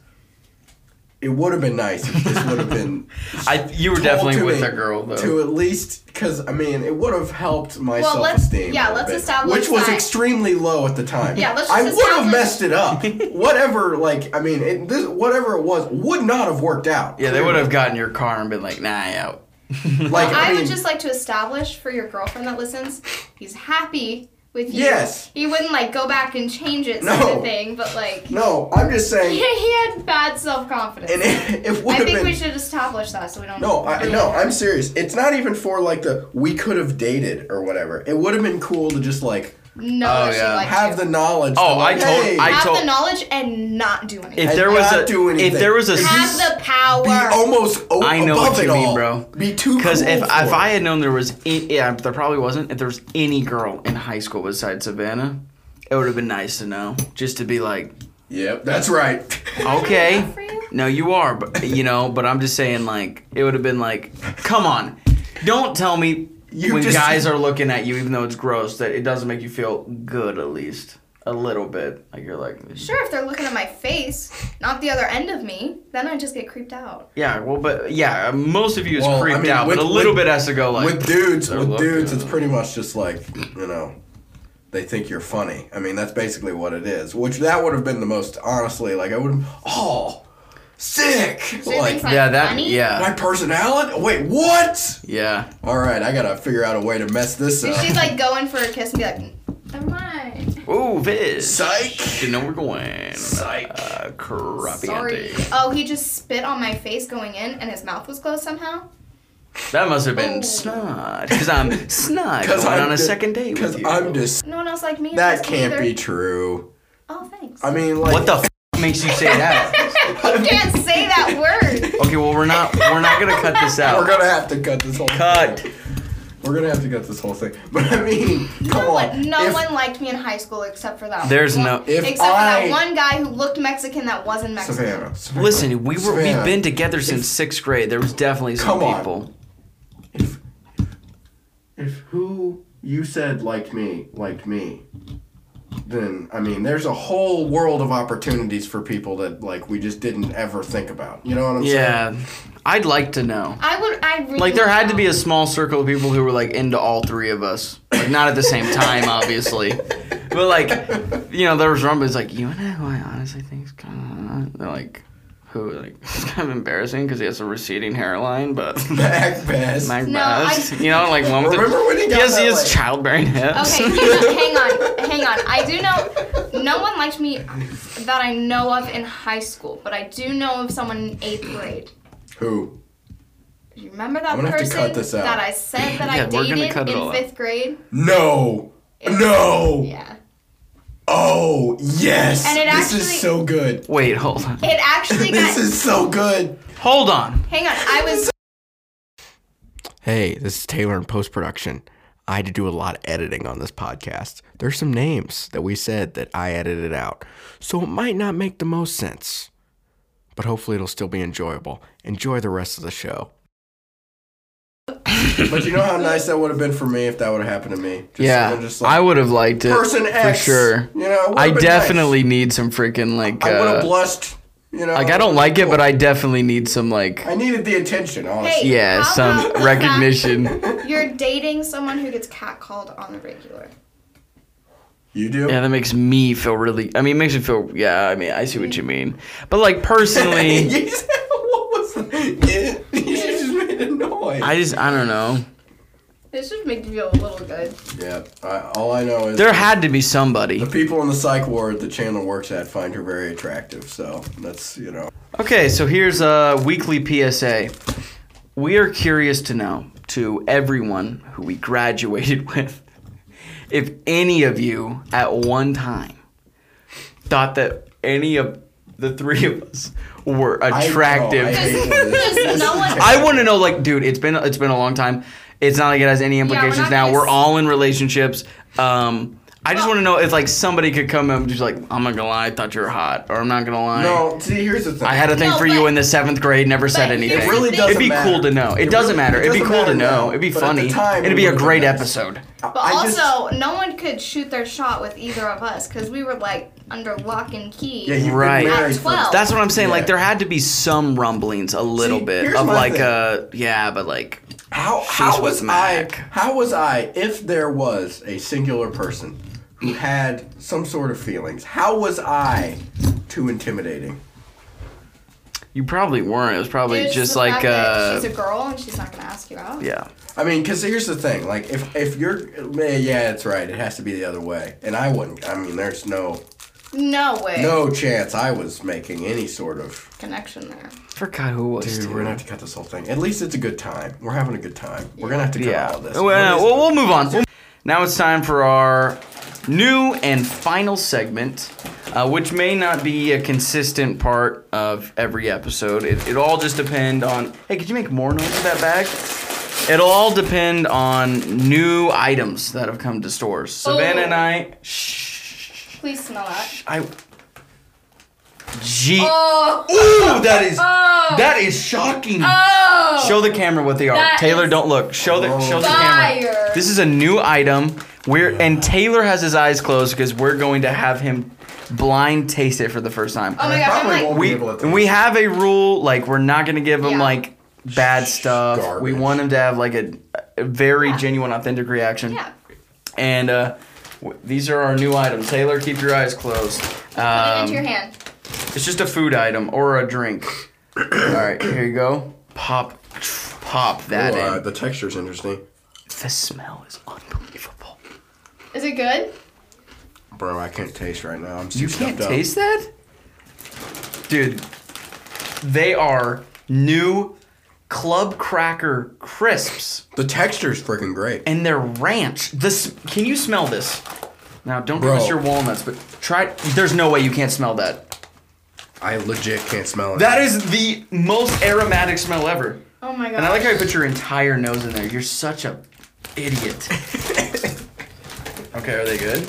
S2: it would have been nice if this would have been
S1: I, you were
S2: told
S1: definitely
S2: to
S1: with
S2: me
S1: a girl though.
S2: to at least because I mean it would have helped my
S3: Well, let's-
S2: self-esteem.
S3: yeah,
S2: a
S3: let's
S2: bit,
S3: establish
S2: which was
S3: that-
S2: extremely low at the time.
S3: Yeah, let's just
S2: I would have
S3: establish-
S2: messed it up. whatever, like I mean, it, this, whatever it was would not have worked out.
S1: yeah, they would have gotten your car and been like, "Nah, I out."
S2: Like I,
S3: I,
S2: mean,
S3: would just like to establish for your girlfriend that listens, he's happy with you.
S2: Yes.
S3: He wouldn't like go back and change it
S2: No.
S3: sort of thing, but like
S2: no, I'm just
S3: he,
S2: saying.
S3: he had bad self confidence.
S2: And it, it would
S3: I
S2: have
S3: think
S2: been.
S3: we should establish that so we don't
S2: No, I, no, I'm serious. It's not even for like the we could have dated or whatever. It would have been cool to just like
S3: know
S1: Oh,
S3: that she
S1: yeah.
S3: likes
S2: have
S3: you.
S2: the knowledge.
S1: Oh,
S2: that, like,
S1: I told-
S2: hey,
S1: I
S3: have
S1: told-
S3: the knowledge and not do anything.
S1: If
S2: And
S1: there was
S2: not
S1: a,
S2: do
S1: if
S2: anything.
S1: there was a,
S2: If
S3: have the power.
S2: be almost o-
S1: I know
S2: above
S1: what you
S2: it
S1: mean,
S2: all.
S1: bro.
S2: Be too
S1: because
S2: cool
S1: if
S2: for
S1: if
S2: it.
S1: I had known there was, any, yeah, there probably wasn't. If there was any girl in high school besides Savannah, it would have been nice to know, just to be like,
S2: Yep, that's right.
S1: okay,
S3: enough for you?
S1: no, you are, but you know, but I'm just saying, like, it would have been like, come on, don't tell me
S2: You
S1: when
S2: just-
S1: guys are looking at you, even though it's gross, that it doesn't make you feel good at least a little bit. Like you're like,
S3: Sure, if they're looking at my face, not the other end of me, then I just get creeped out.
S1: yeah, well, but yeah, most of you is
S2: Well, I
S1: creeped
S2: mean,
S1: out,
S2: with-
S1: but a little
S2: with-
S1: bit has to go like
S2: with dudes,
S1: they're
S2: with
S1: looking
S2: dudes,
S1: at
S2: it's pretty much just like you know, they think you're funny. I mean, that's basically what it is. Which that would have been the most honestly. Like I would have, oh, sick.
S3: you
S2: like
S3: think like
S1: yeah, that
S3: funny?
S1: yeah,
S2: my personality. Wait, what?
S1: yeah.
S2: All right, I gotta figure out a way to mess this
S3: So
S2: up.
S3: she's like going for a kiss and be like, never mind.
S1: Ooh, Viz.
S2: psych.
S1: Didn't know we're going.
S2: Psych.
S1: Uh, crappy
S3: Sorry. Oh, he just spit on my face going in and his mouth was closed somehow?
S1: That must have been
S3: Oh.
S1: snot. Because I'm snot going
S2: I'm
S1: on a
S2: di-
S1: second date
S2: Because
S1: with you.
S2: I'm just.
S3: No one else like me. is
S2: That
S3: supposed to
S2: can't
S3: either.
S2: be true.
S3: Oh, thanks.
S2: I mean, like.
S1: what the f- makes you say that?
S3: you can't say that word.
S1: Okay, well we're not we're not gonna cut this out.
S2: We're gonna have to cut this whole.
S1: cut.
S2: Thing. We're gonna have to cut this whole thing. But I mean, come
S3: No
S2: on.
S3: one, no
S2: if,
S3: one liked me in high school except for that.
S1: There's
S3: one,
S1: no-
S2: If
S3: except
S2: I-
S3: for that one guy who looked Mexican that wasn't Mexican.
S2: Savannah, Savannah,
S1: Listen, we were we've
S2: Savannah,
S1: been together since sixth grade. There was definitely some
S2: Come on.
S1: people.
S2: If, if who you said liked me liked me, then I mean, there's a whole world of opportunities for people that like we just didn't ever think about. You know what I'm saying?
S1: Yeah, I'd like to know.
S3: I would. I really
S1: Like there had to be a small circle of people who were like into all three of us, like not at the same time, obviously, but like, you know, there was rumblings like you and I, who I honestly think is kind of they're like, who like it's kind of embarrassing because he has a receding hairline, but
S2: Back pass.
S1: my
S3: No,
S1: best,
S3: I-
S1: you know, like one with the,
S2: Remember when he got
S1: yes, he
S2: that,
S1: has
S2: like-
S1: childbearing hips.
S3: Okay, hang on, hang on, hang on. I do know no one liked me that I know of in high school, but I do know of someone in eighth grade.
S2: Who?
S3: You remember that
S2: I'm gonna have to
S3: person
S2: cut this out.
S3: that I said that
S1: Yeah,
S3: I
S1: we're gonna
S3: dated
S1: cut it all
S3: in
S1: out.
S3: fifth grade?
S2: No.
S3: It-
S2: No.
S3: Yeah.
S2: Oh yes.
S3: And it
S2: this
S3: actually-
S2: is so good.
S1: Wait, hold on,
S3: It actually
S2: This
S3: got.
S2: is so good.
S1: hold on.
S3: hang on, I was.
S2: Hey, this is Taylor in post production. I had to do a lot of editing on this podcast. There's some names that we said that I edited out, so it might not make the most sense. But hopefully, it'll still be enjoyable. Enjoy the rest of the show. but you know how nice that would have been for me if that would have happened to me. Just,
S1: yeah,
S2: just
S1: I
S2: like,
S1: would have liked it
S2: person
S1: for
S2: X,
S1: sure.
S2: You know, it would
S1: I
S2: have been nice.
S1: definitely need some freaking like.
S2: I would have
S1: Uh,
S2: blushed. You know,
S1: like I don't like it, but I definitely need some like
S2: I needed the attention. Honestly,
S3: Hey,
S1: yeah
S3: how
S1: some
S3: about the
S1: recognition.
S3: fact You're dating someone who gets catcalled on the regular.
S2: you do.
S1: Yeah, that makes me feel really. I mean, it makes me feel. Yeah, I mean, I see what you mean. But like personally,
S2: You said- what was the, yeah, you just made a noise.
S1: I just I don't know.
S3: This should make you feel a little good.
S2: yeah, I, all I know is
S1: There had to be
S2: the
S1: somebody.
S2: people in the psych ward that Chandler works at find her very attractive. So that's you know.
S1: Okay, so here's a weekly PSA. We are curious to know to everyone who we graduated with if any of you at one time thought that any of the three of us were
S2: I-
S1: attractive.
S2: oh, I hate this.
S3: Just no one-
S1: I want to know, like, dude, it's been it's been a long time. It's not like it has any
S3: we're
S1: implications
S3: not
S1: now.
S3: gonna
S1: We're
S3: s-
S1: all in relationships. Um, I just want to know if like somebody could come up and just like, I'm not gonna lie, I thought you were hot, or I'm not gonna lie.
S2: No, see, here's the thing.
S1: I had a thing
S3: No,
S1: for you
S3: but-
S1: in the seventh grade. Never said
S3: but
S1: anything.
S3: here's It really the thing. doesn't
S1: It'd be
S2: matter.
S1: cool to know. It,
S2: It
S1: doesn't
S2: really-
S1: matter.
S2: it
S1: It'd be
S2: doesn't
S1: cool to
S2: matter
S1: know.
S2: now,
S1: It'd be
S2: but at
S1: funny.
S2: the time,
S1: It'd
S2: it
S1: be a
S2: would've
S1: great
S2: been nice.
S1: episode.
S3: But also, no one could shoot their shot with either of us because we were like under lock and key.
S2: yeah, you've been
S1: Right.
S2: married
S3: At
S2: for-
S3: 12.
S1: That's what I'm saying. Like
S2: Yeah.
S1: there had to be some rumblings, a little
S2: See,
S1: bit
S2: here's
S1: of
S2: my
S1: like
S2: thing.
S1: uh yeah, but like
S2: How
S1: She's
S2: how
S1: with
S2: was
S1: Mac.
S2: I? How was I? If there was a singular person who had some sort of feelings, how was I too intimidating?
S1: you probably weren't. It was probably
S3: It's
S1: just
S3: the
S1: like
S3: fact that
S1: uh
S3: she's a girl and she's not gonna ask you out.
S1: yeah.
S2: I mean, because here's the thing: like, if if you're, eh, yeah, that's right. It has to be the other way, and I wouldn't. I mean, there's no
S3: No way.
S2: no chance I was making any sort of.
S3: Connection there.
S1: I forgot who it was.
S2: Dude,
S1: dude.
S2: we're gonna have to cut this whole thing. At least it's a good time. We're having a good time. We're gonna have to cut all
S1: Yeah.
S2: this.
S1: Well,
S2: What
S1: we'll,
S2: is-
S1: we'll move on. We'll- Now it's time for our new and final segment, uh, which may not be a consistent part of every episode. It, it all just depend on. Hey, could you make more noise with that bag? It'll all depend on new items that have come to stores. Savannah
S3: Oh.
S1: and I. Shh.
S3: Please smell that.
S1: I. Gee.
S3: Oh.
S1: Ooh, that is.
S3: Oh.
S1: That is shocking.
S3: oh.
S1: Show the camera what they are.
S3: That
S1: Taylor,
S3: is
S1: don't look. Show the show the
S3: fire.
S1: camera. This is a new item. We're and Taylor has his eyes closed because we're going to have him blind taste it for the first time.
S3: Oh my
S2: I
S3: gosh,
S2: probably
S3: I'm like-
S2: won't be
S1: we
S2: able to
S1: and we have a rule like we're not gonna give him
S3: Yeah.
S1: like bad stuff. We
S2: Garbage.
S1: want him to have like a, a very
S3: Yeah.
S1: genuine, authentic reaction.
S3: Yeah.
S1: And uh, w- these are our new items. Taylor, keep your eyes closed.
S3: Put it
S1: Um,
S3: into your hand.
S1: it's just a food item or a drink. All right, here you go. Pop, pop that
S2: Ooh,
S1: in.
S2: uh, the texture's interesting,
S1: The smell is unbelievable.
S3: Is it good?
S2: bro. I can't taste right now. I'm too
S1: You
S2: stuffed
S1: can't
S2: up.
S1: taste that? Dude, they are new Club Cracker crisps
S2: The texture's freaking great.
S1: and they're ranch. This can you smell this? Now don't
S2: Bro.
S1: give us your walnuts, but try there's no way you can't smell that.
S2: I legit can't smell it.
S1: That is the most aromatic smell ever.
S3: Oh my god.
S1: And I like how you put your entire nose in there. You're such a idiot. okay, are they good?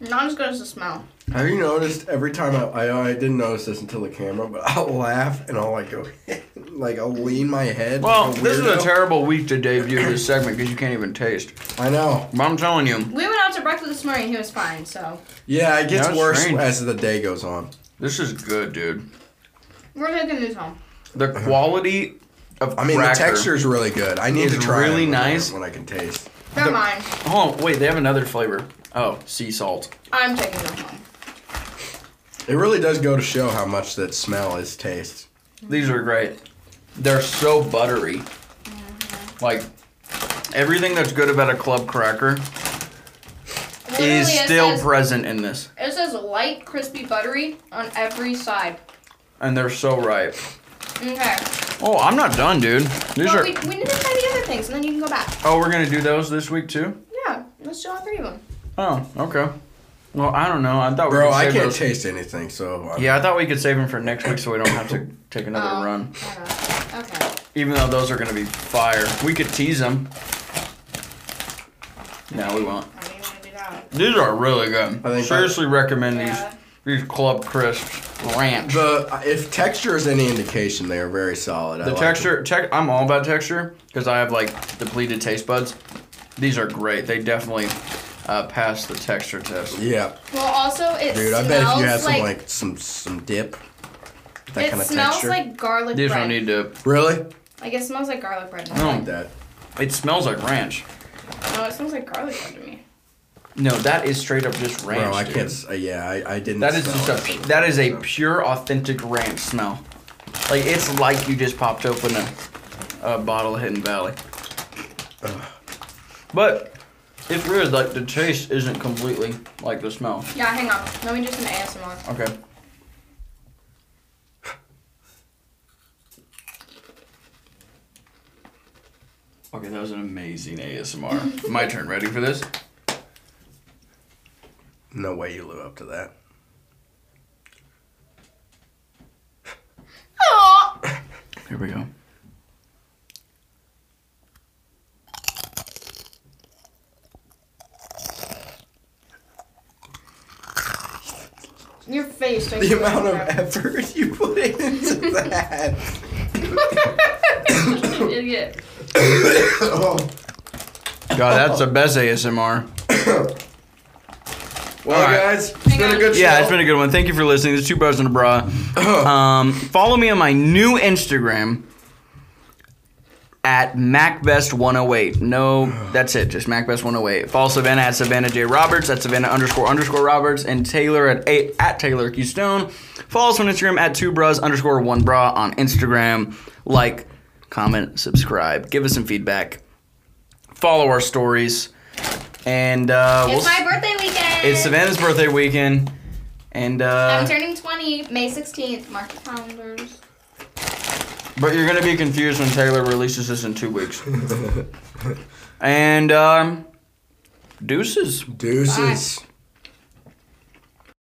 S3: Not as good as the smell.
S2: Have you noticed every time I, I I didn't notice this until the camera, but I'll laugh and I'll like go like I'll lean my head.
S1: Well,
S2: like
S1: this is a
S2: weirdo.
S1: terrible week to debut this segment because you can't even taste.
S2: I know.
S1: But I'm telling you,
S3: We went out to breakfast this morning. He was fine. So
S2: Yeah, it gets
S1: That's
S2: worse
S1: strange.
S2: as the day goes on.
S1: this is good, dude.
S3: we're taking these home.
S1: The quality of
S2: Uh-huh. I mean,
S1: cracker-
S2: the texture's really good. I need
S1: It's
S2: to try it
S1: really
S2: when I-
S1: nice.
S2: when I can taste.
S3: They're
S1: The-
S3: mine.
S1: Oh wait, they have another flavor. Oh, sea salt.
S3: I'm taking them home.
S2: It really does go to show how much that smell is taste.
S1: These are great. They're so buttery.
S3: Mm-hmm.
S1: Like everything that's good about a club cracker
S3: Literally,
S1: is
S3: it
S1: still
S3: says-
S1: present in this,
S3: It says light, crispy, buttery on every side.
S1: and they're so right.
S3: Okay.
S1: Oh, I'm not done, dude. These
S3: Well,
S1: are.
S3: we, we need to try the other things, and then you can go back.
S1: Oh, we're gonna do those this week too. Oh,
S3: Yeah, let's do all three of them.
S2: uh,
S3: Oh.
S1: uh,
S2: uh,
S3: Your face.
S2: The amount of effort you put into that.
S3: idiot.
S2: oh.
S1: God, that's the best ASMR.
S2: Well,
S1: All right.
S2: guys, it's been a good show. Uh-huh.
S1: Yeah, it's been a good one. Thank you for listening. This is Two Bros in a Bra. Um, follow me on my new Instagram at MacBest108. No, that's it. Just MacBest108. Follow Savannah at Savannah J. Roberts. At Savannah underscore underscore Roberts. And Taylor at, a, at Taylor Q. Stone. Follow us on Instagram at Two Bros underscore One Bra on Instagram. Like, comment, subscribe. Give us some feedback. Follow our stories. And uh, we'll
S3: It's
S1: s-
S3: my birthday weekend.
S1: it's Savannah's birthday weekend, and
S3: I'm
S1: uh,
S3: turning 20 May 16th. Mark your calendars.
S1: but you're gonna be confused when Taylor releases this in two weeks. and um, deuces.
S2: Deuces.